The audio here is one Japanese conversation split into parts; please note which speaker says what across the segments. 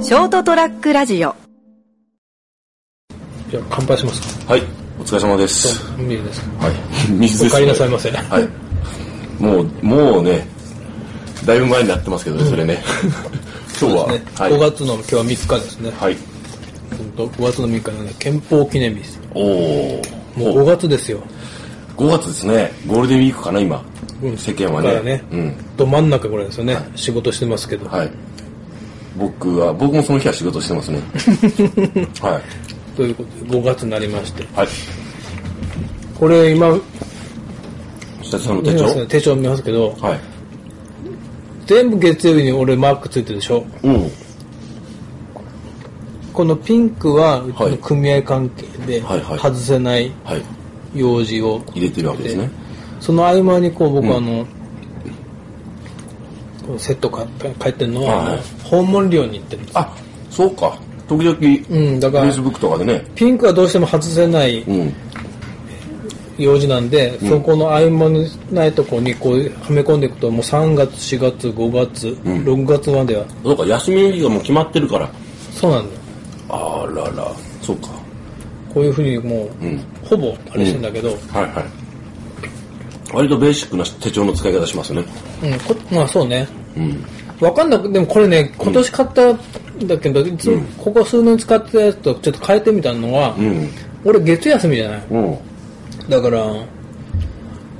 Speaker 1: ショートトラックラジオ
Speaker 2: じゃあ乾杯しますか
Speaker 3: はい、お疲れ様です。
Speaker 2: 水です
Speaker 3: はい、水
Speaker 2: お
Speaker 3: です、
Speaker 2: 帰
Speaker 3: ね。
Speaker 2: りなさいませ
Speaker 3: はい。もう、もうね、だいぶ前になってますけどね、それ ね。今日は、
Speaker 2: ね、
Speaker 3: はい
Speaker 2: 5。月の今日は3日ですね、
Speaker 3: はい。
Speaker 2: うんと5月の3日なんで憲法記念日です
Speaker 3: おおー。
Speaker 2: もう5
Speaker 3: もう
Speaker 2: 月ですよ
Speaker 3: 5月ですね。ゴールデンウィークかな、今。
Speaker 2: うん
Speaker 3: 世間は
Speaker 2: だか
Speaker 3: ね
Speaker 2: らね、
Speaker 3: うん。
Speaker 2: ど真ん中これですよね、仕事してますけど、
Speaker 3: はい。僕は、僕もその日は仕事してます ね。は
Speaker 2: ということで5月になりまして
Speaker 3: い。はい。
Speaker 2: これ今
Speaker 3: 下地さんの手
Speaker 2: 見
Speaker 3: 帳
Speaker 2: ます、ね、手帳見ますけど
Speaker 3: はい。
Speaker 2: 全部月曜日に俺マークついてるでしょ
Speaker 3: おお。
Speaker 2: このピンクはうち
Speaker 3: は
Speaker 2: の
Speaker 3: い
Speaker 2: 組合関係で
Speaker 3: はいはい
Speaker 2: 外せない
Speaker 3: はい。
Speaker 2: 用事を
Speaker 3: 入れてるわけですね。
Speaker 2: その合間にこう僕あの、こうセット買って帰ってんのは、
Speaker 3: はいはい
Speaker 2: 訪問料に行ってるんです
Speaker 3: あ、そうか。時々、
Speaker 2: うんだから
Speaker 3: Facebook とかでね。
Speaker 2: ピンクはどうしても外せない
Speaker 3: うん。
Speaker 2: 用事なんで、そこの合間のないとこにこうはめ込んでいくともう3月4月5月、6月までは
Speaker 3: そうか、休みの日がもう決まってるから。
Speaker 2: そうなんだよ
Speaker 3: あらら、そうか。
Speaker 2: こういうふうにもう、
Speaker 3: ん
Speaker 2: ほぼあれしてんだけど、
Speaker 3: はいはい。割とベーシックな手帳の使い方しますよね。
Speaker 2: うんこまあそうね
Speaker 3: うん。
Speaker 2: わかんなくでもこれね今年買ったんだけど、いつここ数年使ってたやつとちょっと変えてみたのは、
Speaker 3: うん。
Speaker 2: 俺月曜休みじゃない
Speaker 3: うん。
Speaker 2: だから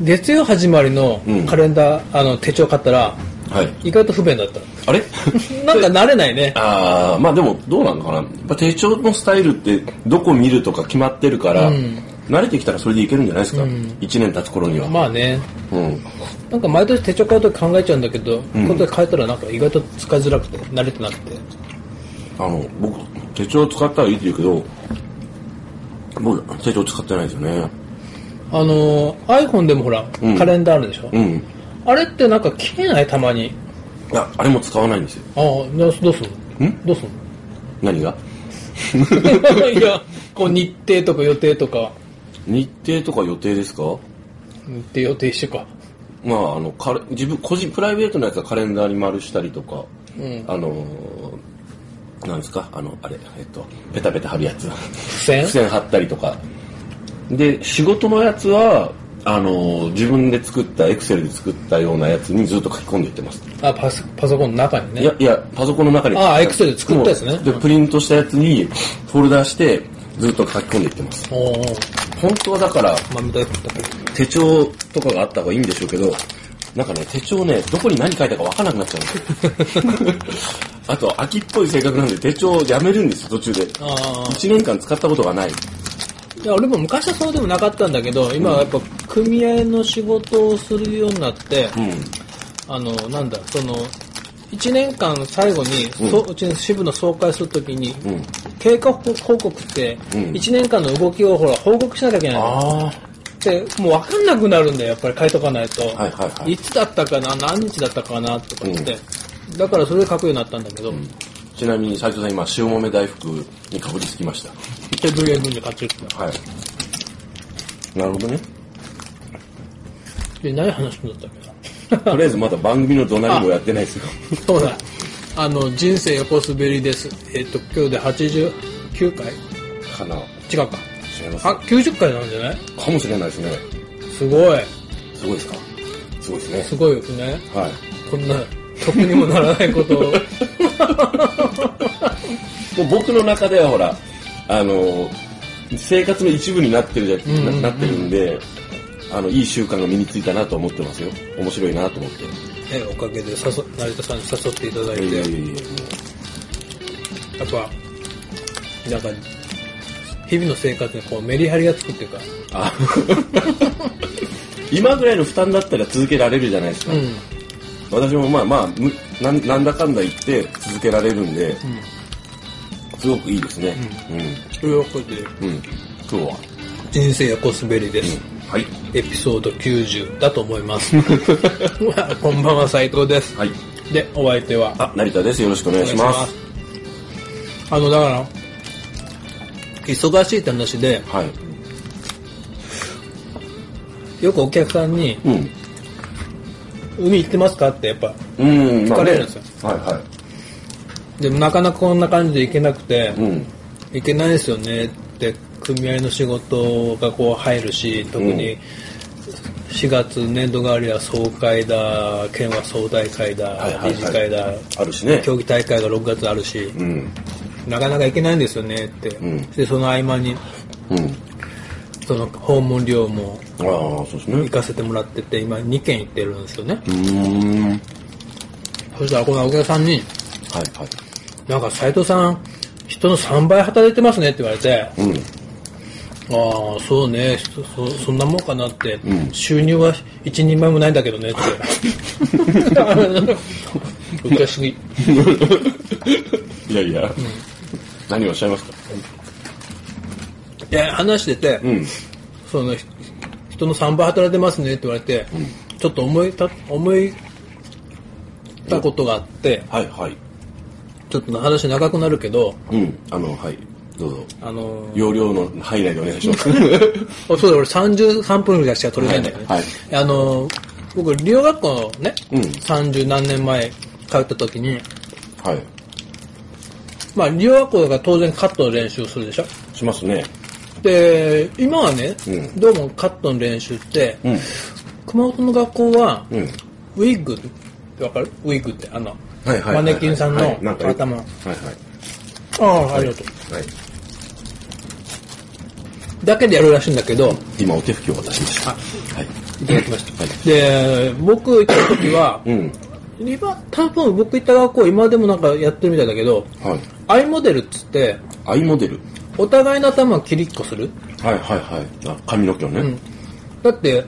Speaker 2: 月曜始まりの
Speaker 3: うん
Speaker 2: カレンダー、あの手帳買ったら
Speaker 3: はい。
Speaker 2: 意外と不便だった
Speaker 3: あれ
Speaker 2: なんか慣れないね
Speaker 3: ああ、まあでもどうなのかな。やっぱ手帳のスタイルってどこ見るとか決まってるから、
Speaker 2: うん
Speaker 3: 慣れてきたらそれでいけるんじゃないですか。一年経つ頃には。
Speaker 2: まあね
Speaker 3: うん。
Speaker 2: なんか毎年手帳買うとき考えちゃうんだけど、今年変えたらなんか意外と使いづらくて慣れてなくて
Speaker 3: あの、僕、手帳使ったらいいって言うけど、僕、手帳使ってないですよね。
Speaker 2: あのー iPhone でもほら、
Speaker 3: うん
Speaker 2: カレンダーあるでしょ、
Speaker 3: うん。
Speaker 2: あれってなんか消えないたまに
Speaker 3: いや、あれも使わないんですよ。
Speaker 2: ああどうすどうすんの
Speaker 3: ん
Speaker 2: どうすん
Speaker 3: 何が
Speaker 2: の いやこう日程とか予定とか
Speaker 3: 日程とか予定ですか
Speaker 2: 日程予定一緒か
Speaker 3: まあ、あの、カレ自分、個人、プライベートのやつはカレンダーに丸したりとか、
Speaker 2: うん
Speaker 3: あのーなんですかあの、あれ、えっと、ペタペタ貼るやつ。
Speaker 2: 付箋
Speaker 3: 付箋貼ったりとか。で、仕事のやつは、あのー自分で作った、エクセルで作ったようなやつにずっと書き込んでいってます。
Speaker 2: あパソパソコンの中にね
Speaker 3: いや、いや、パソコンの中に。
Speaker 2: ああ Excel で作ったやつね
Speaker 3: もうで、プリントしたやつに、フォルダして、ずっと書き込んでいってます。
Speaker 2: おーおー
Speaker 3: 本当はだから、
Speaker 2: まあ、見たかったけど。
Speaker 3: 手帳とかがあった方がいいんでしょうけど、なんかね、手帳ね、どこに何書いたか分からなくなっちゃうんですよ。あと、秋っぽい性格なんで手帳をやめるんですよ、途中で。
Speaker 2: ああ。
Speaker 3: 1年間使ったことがない。
Speaker 2: いや、俺も昔はそうでもなかったんだけど、今はやっぱ組合の仕事をするようになって、
Speaker 3: うん。
Speaker 2: あの、なんだ、その、1年間最後に、うそうちの支部の総会するときに、
Speaker 3: うん。
Speaker 2: 経過報告って、
Speaker 3: うん
Speaker 2: 1年間の動きをほら、報告しなきゃいけないの。
Speaker 3: あ
Speaker 2: で、もう分かんなくなるんだよ、やっぱり書いとかないと。
Speaker 3: はいはいはい
Speaker 2: つだったかな、何日だったかな、とかって。だからそれで書くようになったんだけど、
Speaker 3: ーちなみに斉藤さん今、塩もめ大福にかぶりつきまし
Speaker 2: 一体どういう分で買ってるんだ
Speaker 3: た。はい。なるほどね。
Speaker 2: で、何話すんだったっけな。
Speaker 3: とりあえずまだ番組のどなりもやってないですよ。
Speaker 2: そうだ。あの、人生横滑りです。えっ、と、今日で89回
Speaker 3: かな。
Speaker 2: 違うか。
Speaker 3: 知らない
Speaker 2: あ、90回なんじゃない
Speaker 3: かもしれないですね。
Speaker 2: すごい。
Speaker 3: すごいですかすごいです
Speaker 2: す
Speaker 3: ね。
Speaker 2: ごいよね。
Speaker 3: はい。
Speaker 2: こんな、得にもならない ことを。
Speaker 3: もう僕の中ではほら、あの、生活の一部になってるじゃ、
Speaker 2: んうんうん
Speaker 3: ななってるんで、あの、いい習慣が身についたなと思ってますよ。面白いなと思って。
Speaker 2: ね、おかげで誘、成田さんに誘っていただいて、
Speaker 3: い
Speaker 2: や
Speaker 3: やいやいや
Speaker 2: っぱ、なんか、日々の生活にこうメリハリがつくっていうか、
Speaker 3: あ今ぐらいの負担だったら続けられるじゃないですか。
Speaker 2: うん。
Speaker 3: 私もまあまあむなん、なんだかんだ言って続けられるんで、すごくいいですね。
Speaker 2: ということで、
Speaker 3: うん。うん。今日は。
Speaker 2: 人生横滑りです。
Speaker 3: はい。
Speaker 2: エピソード90だと思います。 こんばんは、斉藤です。
Speaker 3: はい。
Speaker 2: で、お相手は、
Speaker 3: あ、成田です。よろしくお願いします。
Speaker 2: あのだから忙しいって話で
Speaker 3: はい。
Speaker 2: よくお客さんに
Speaker 3: うん。
Speaker 2: 「海行ってますか?」ってやっぱ
Speaker 3: うん、まあ
Speaker 2: 疲れ
Speaker 3: ね
Speaker 2: るんです
Speaker 3: はいはい。
Speaker 2: でもなかなかこんな感じで行けなくて、
Speaker 3: うん。
Speaker 2: いけないですよねって組合の仕事がこう入るし特に4月年度代わりは総会だ県は総大会
Speaker 3: はいはい
Speaker 2: だ
Speaker 3: はい
Speaker 2: 理事会だ
Speaker 3: あるしね。
Speaker 2: 競技大会が6月あるし
Speaker 3: うん。
Speaker 2: なかなかいけないんですよねって、
Speaker 3: ん
Speaker 2: でその合間に
Speaker 3: うん。
Speaker 2: その訪問料も
Speaker 3: ああ、そうですね
Speaker 2: 行。かせてもらってて今2件行ってるんですよね、
Speaker 3: うーん。はい
Speaker 2: そしたらこのお客さんに
Speaker 3: はい。
Speaker 2: 「なんか斎藤さん人の3倍働いてますね」って言われて
Speaker 3: うん。
Speaker 2: ああそうねそそそんなもんかなって、収入は一人前もないんだけどねって おかしい
Speaker 3: いやいや。何をおっしゃいますか
Speaker 2: いや話してて、
Speaker 3: うん。
Speaker 2: そのひ人の3倍働いてますねって言われて、ちょっと思いた思いたことがあって
Speaker 3: はいはい。
Speaker 2: ちょっと話長くなるけど
Speaker 3: うん。あの、はい。どうぞ。
Speaker 2: あのー
Speaker 3: 容量の範囲内でお願いし ます。
Speaker 2: あそうだ俺33分ぐらいしか取れないんだよね、
Speaker 3: はい
Speaker 2: あのー僕留学校のね、
Speaker 3: うん
Speaker 2: 三十何年前通った時に
Speaker 3: はい。
Speaker 2: まあ、留学校が当然カットの練習をするでしょ。
Speaker 3: しますね。
Speaker 2: で、今はね、
Speaker 3: うん
Speaker 2: どうもカットの練習って、
Speaker 3: うん。
Speaker 2: 熊本の学校は、
Speaker 3: うん。
Speaker 2: ウィッグってわかるウィッグって、あの、
Speaker 3: はいはい。
Speaker 2: マネキンさんの
Speaker 3: はいなか
Speaker 2: 頭
Speaker 3: はい
Speaker 2: ああ、ありがと
Speaker 3: はい。はい。
Speaker 2: う。だけでやるらしいんだけど、
Speaker 3: 今、お手拭きを渡しました。はい。
Speaker 2: いただきました。
Speaker 3: はい
Speaker 2: で、僕行った時は、
Speaker 3: うん。
Speaker 2: 今、多分僕行った学校、今でもなんかやってるみたいだけど、
Speaker 3: はい。
Speaker 2: アイモデルっつって、
Speaker 3: アイモデル。
Speaker 2: お互いの頭を切りっこする。
Speaker 3: はいはいはい。あ、髪の毛をね。
Speaker 2: だって、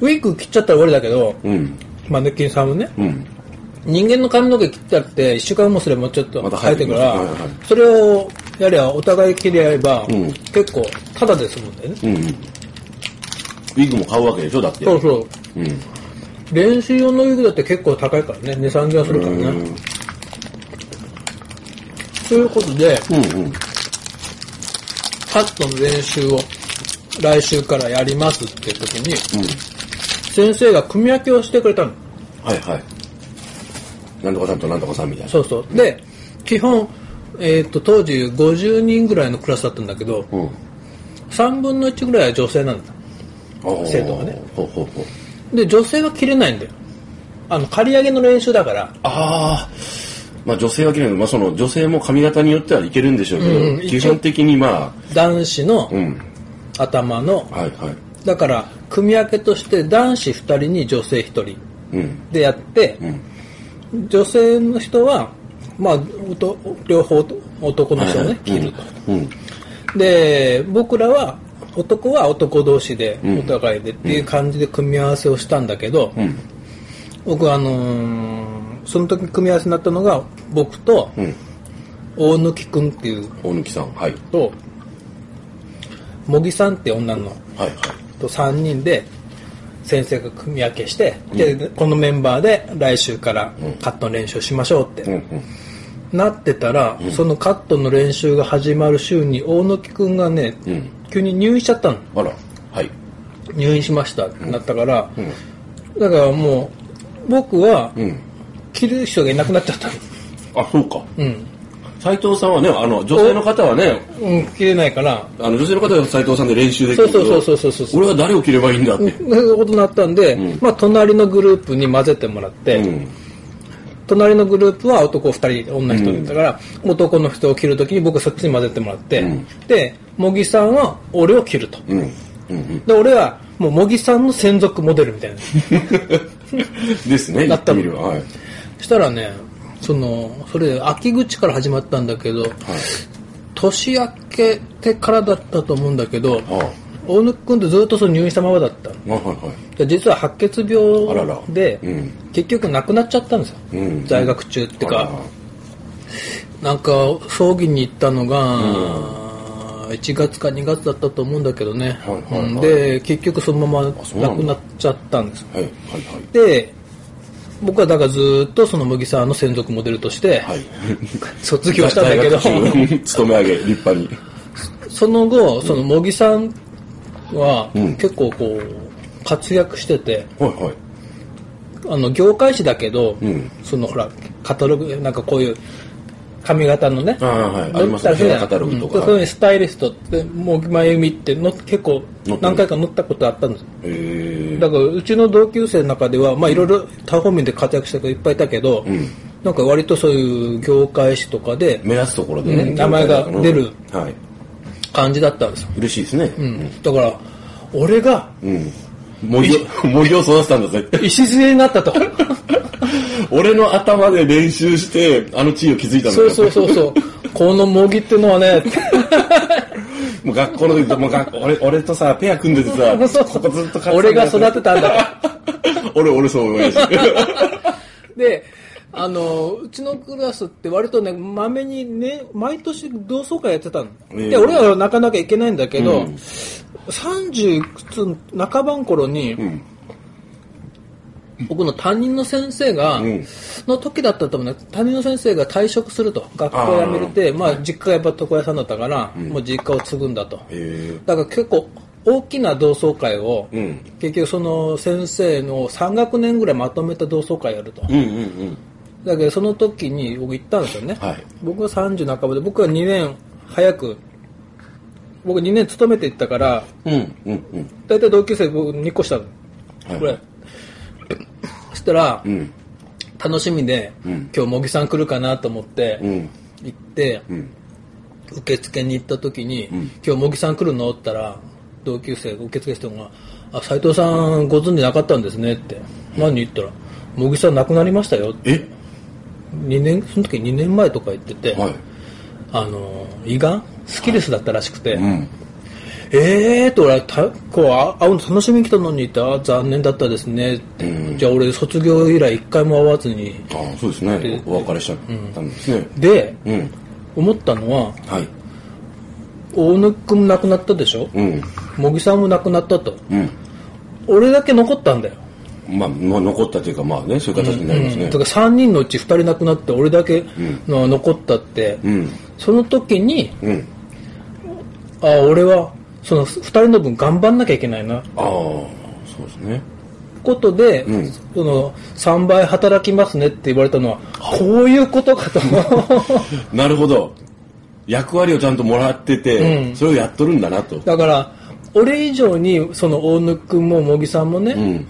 Speaker 2: ウィッグ切っちゃったら終わりだけど、
Speaker 3: うん。
Speaker 2: マネキンさんもね、
Speaker 3: うん。
Speaker 2: 人間の髪の毛切ったって1週間もすればもうちょっと
Speaker 3: また
Speaker 2: 生
Speaker 3: 生
Speaker 2: え
Speaker 3: え
Speaker 2: て
Speaker 3: て
Speaker 2: く
Speaker 3: く
Speaker 2: か
Speaker 3: る
Speaker 2: ら、
Speaker 3: はいはい
Speaker 2: それをやりゃお互い切り合えば、
Speaker 3: うん
Speaker 2: 結構タダですもんね、
Speaker 3: うん。うん。ウィッグも買うわけでしょだって。
Speaker 2: そうそう
Speaker 3: うん。
Speaker 2: 練習用のウィッグだって結構高いからね値3千はするから
Speaker 3: う
Speaker 2: ね
Speaker 3: ん。
Speaker 2: ということで
Speaker 3: うんうん。
Speaker 2: カットの練習を来週からやりますっていう時に
Speaker 3: うん。
Speaker 2: 先生が組み分けをしてくれたの
Speaker 3: はいはい。なんとかさんとなんとかさんみたいな。
Speaker 2: そうそうで基本、えー、と当時50人ぐらいのクラスだったんだけど
Speaker 3: うん。
Speaker 2: 3分の1ぐらいは女性なんだ生
Speaker 3: 生
Speaker 2: 徒がね。
Speaker 3: ほうほうほう。
Speaker 2: で女性は切れないんだよあの刈り上げの練習だから
Speaker 3: ああ。まあ女性は綺麗なのまあその女性も髪型によってはいけるんでしょうけど、
Speaker 2: うんうん
Speaker 3: 基本的にまあ、
Speaker 2: 男子の
Speaker 3: うん。
Speaker 2: 頭の
Speaker 3: はいはい。
Speaker 2: だから組み分けとして男子2人に女性1人
Speaker 3: うん。
Speaker 2: でやって
Speaker 3: うん。
Speaker 2: 女性の人はまあおと両方男の人を
Speaker 3: はいは
Speaker 2: ね
Speaker 3: い
Speaker 2: 切ると
Speaker 3: うん。
Speaker 2: で僕らは男は男同士で
Speaker 3: うん
Speaker 2: お互いでっていう感じで組み合わせをしたんだけど
Speaker 3: うん。
Speaker 2: 僕あのーその時組み合わせになったのが僕と
Speaker 3: うん。
Speaker 2: 大貫君っていう
Speaker 3: 大貫さん。はい。
Speaker 2: と茂木さんって女の
Speaker 3: はいはい。
Speaker 2: と3人で先生が組み分けして、でこのメンバーで来週からカットの練習しましょうって、
Speaker 3: うんうん。
Speaker 2: なってたら、そのカットの練習が始まる週に大貫君がね、
Speaker 3: うん。
Speaker 2: 急に入院しちゃったの
Speaker 3: あら。はい。
Speaker 2: 入院しましたってなったから、だからもう僕は
Speaker 3: うん。
Speaker 2: 着る人がいなくなっちゃったの、
Speaker 3: あ、そうか。
Speaker 2: うん
Speaker 3: 斉藤さんはね、あの、女性の方はね、
Speaker 2: うん、着れないから
Speaker 3: あの女性の方は斉藤さんで練習できるけど
Speaker 2: そうそうそうそうそう
Speaker 3: 俺は誰を切ればいいんだって。
Speaker 2: そういうことになったんで、
Speaker 3: うん
Speaker 2: まあ、隣のグループに混ぜてもらって、
Speaker 3: うん。
Speaker 2: 隣のグループは男2人女1人だから、男の人を切るときに僕はそっちに混ぜてもらって、
Speaker 3: うん
Speaker 2: で茂木さんは俺を切ると
Speaker 3: うん。うんうん。
Speaker 2: で俺はもう茂木さんの専属モデルみ たいなそ
Speaker 3: ですね、
Speaker 2: だ
Speaker 3: 言
Speaker 2: っ
Speaker 3: ったて
Speaker 2: の
Speaker 3: みれば。はい。
Speaker 2: したらねそのそれ秋口から始まったんだけど、年明けてからだったと思うんだけど
Speaker 3: ああ。
Speaker 2: 大貫君ってずっとその入院したままだったの
Speaker 3: はいはいはい。
Speaker 2: で実は白血
Speaker 3: あらら
Speaker 2: 病で
Speaker 3: うん
Speaker 2: 結局亡くなっちゃったんですよ、
Speaker 3: うん
Speaker 2: 在学中って
Speaker 3: あ
Speaker 2: か、
Speaker 3: らら
Speaker 2: なんか葬儀に行ったのが、1月か2月だったと思うんだけどね、
Speaker 3: はいはいはい
Speaker 2: うんで結局そのまま
Speaker 3: そうなん
Speaker 2: 亡
Speaker 3: だ
Speaker 2: くなっちゃったんです
Speaker 3: はいはいはい。
Speaker 2: で僕はだからずーっとその麦さんの専属モデルとして
Speaker 3: はい。
Speaker 2: 卒業したんだけ ど、
Speaker 3: 在学中勤め上げ、立派に。
Speaker 2: その後その茂木さんは
Speaker 3: うん
Speaker 2: 結構こう活躍してて
Speaker 3: はいはい。
Speaker 2: あの業界誌だけど、
Speaker 3: うん
Speaker 2: そのほらカタログなんかこういう髪型のね。
Speaker 3: ああはいありますね
Speaker 2: そう
Speaker 3: ヘアカタログとか
Speaker 2: うんそういうスタイリストって、もう前見っての、結構
Speaker 3: 乗ってる
Speaker 2: 何回か乗ったことあったんですよ
Speaker 3: えー
Speaker 2: だからうちの同級生の中では、まあ、いろいろ他方面で活躍した子いっぱいいたけど、
Speaker 3: ん
Speaker 2: なんか割とそういう業界誌とかで
Speaker 3: 目立つところでね
Speaker 2: うん名前が出る
Speaker 3: うんはい
Speaker 2: 感じだったんですよ、
Speaker 3: 嬉しいですね
Speaker 2: うんだから俺が
Speaker 3: うん森 を森を育てたんだぜ
Speaker 2: 礎にな ったと
Speaker 3: 俺の頭で練習してあの地位を築いたんだ
Speaker 2: そうそう
Speaker 3: う
Speaker 2: そうそうこの模擬ってのはね
Speaker 3: もう学校の時もう学俺俺とさペア組んでて さ
Speaker 2: そう
Speaker 3: ここずっと
Speaker 2: 俺が育て
Speaker 3: た
Speaker 2: たんだと
Speaker 3: 俺俺そう思いました
Speaker 2: であのうちのクラスって割とねまめにね毎年同窓会やってたの、
Speaker 3: ええ
Speaker 2: で俺らはなかなか行けないんだけど、
Speaker 3: うん
Speaker 2: 30半ばん頃に、
Speaker 3: うん
Speaker 2: 僕の担任の先生が、
Speaker 3: うん
Speaker 2: の時だったと思うんだけど担任の先生が退職すると学校を辞めれてまあ、実家がやっぱ床屋さんだったから、もう実家を継ぐんだと
Speaker 3: え
Speaker 2: だから結構大きな同窓会を、
Speaker 3: ーうん
Speaker 2: 結局その先生の3学年ぐらいまとめた同窓会やると、
Speaker 3: うんうんうん
Speaker 2: だけどその時に僕行ったんですよね、
Speaker 3: はい
Speaker 2: 僕は30半ばで僕は2年早く僕2年勤めていったから
Speaker 3: うんうんうん
Speaker 2: 大体同級生僕2個したの
Speaker 3: はい
Speaker 2: これ、そしたら、
Speaker 3: うん
Speaker 2: 楽しみで、
Speaker 3: うん
Speaker 2: 今日茂木さん来るかなと思って
Speaker 3: うん
Speaker 2: 行って、
Speaker 3: うん
Speaker 2: 受付に行った時に「
Speaker 3: ん
Speaker 2: 今日茂木さん来るの?」って言ったら同級生受付してもが「あ斉藤さんご存知なかったんですね」って「何?」言ったら「茂木さん亡くなりましたよ」
Speaker 3: え
Speaker 2: 2年その時2年前とか言ってて、
Speaker 3: はい
Speaker 2: あの胃がんスキルスだったらしくて、
Speaker 3: うん
Speaker 2: えーと俺たこうあ会うの楽しみに来たのにってあ残念だったですねって、
Speaker 3: うん
Speaker 2: じゃあ俺卒業以来1回も会わずに
Speaker 3: ああそうですねお別れしちゃったんですね
Speaker 2: で
Speaker 3: うん
Speaker 2: 思ったのは
Speaker 3: はい
Speaker 2: 大貫君も亡くなったでしょ
Speaker 3: うん
Speaker 2: 茂木さんも亡くなったと
Speaker 3: うん
Speaker 2: 俺だけ残ったんだよ、
Speaker 3: まあ、まあ残ったというかまあねそういう形になります
Speaker 2: う
Speaker 3: ね
Speaker 2: ん、だから3人のうち2人亡くなって俺だけの残ったって、
Speaker 3: うん
Speaker 2: その時に
Speaker 3: うん
Speaker 2: あ俺はその2人の分頑張んなきゃいけないな
Speaker 3: ああそうですね
Speaker 2: ことで、
Speaker 3: うん
Speaker 2: その3倍働きますねって言われたのはこういうこと かと
Speaker 3: なるほど役割をちゃんともらってて、
Speaker 2: うん
Speaker 3: それをやっとるんだなと
Speaker 2: だから俺以上にその大貫君も茂木さんもね、
Speaker 3: うん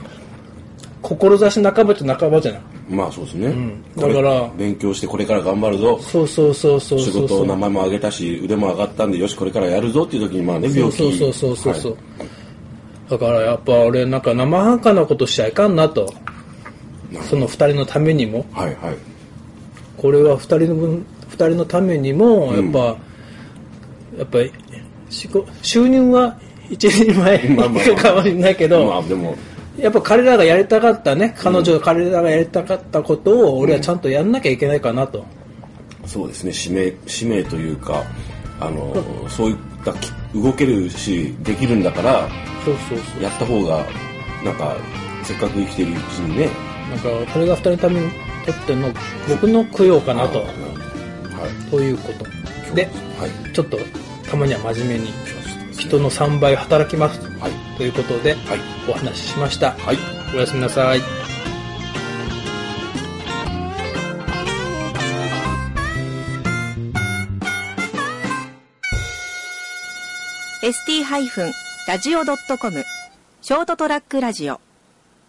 Speaker 2: 志半ばと半ばじゃない
Speaker 3: まあそうですね、
Speaker 2: ん
Speaker 3: これ
Speaker 2: だから
Speaker 3: 勉強してこれから頑張るぞ
Speaker 2: そうそうそうそうそう
Speaker 3: 仕
Speaker 2: そう
Speaker 3: 事を名前も上げたし腕も上がったんでよしこれからやるぞっていう時にまあね
Speaker 2: そ
Speaker 3: 病
Speaker 2: う
Speaker 3: 気
Speaker 2: そうそうそうそうそう、
Speaker 3: はい
Speaker 2: だからやっぱ俺なんか生半可なことしちゃいかんなと
Speaker 3: なるほ
Speaker 2: その2人のためにも
Speaker 3: はいはい
Speaker 2: これは2人の分二人のためにもやっぱ、やっぱりしこ収入は一人前
Speaker 3: まあまあまあ
Speaker 2: かもしれないけど、
Speaker 3: まあでも
Speaker 2: やっぱ彼らがやりたかったね彼女、彼らがやりたかったことを俺はちゃんとやんなきゃいけないかなと、
Speaker 3: そうですね使命使命というかあのそういったき動けるしできるんだから
Speaker 2: そうそうそう
Speaker 3: やった方がなんかせっかく生きてるうちにね
Speaker 2: なんかこれが2人のためにとっての僕の供養かなと
Speaker 3: はい
Speaker 2: ということで
Speaker 3: はい
Speaker 2: ちょっとたまには真面目に人の3倍働きます
Speaker 3: はい
Speaker 2: ということで
Speaker 3: はい
Speaker 2: お話ししました
Speaker 3: はい
Speaker 2: おやすみなさい
Speaker 1: ー ST-radio.com ショートトラックラジオ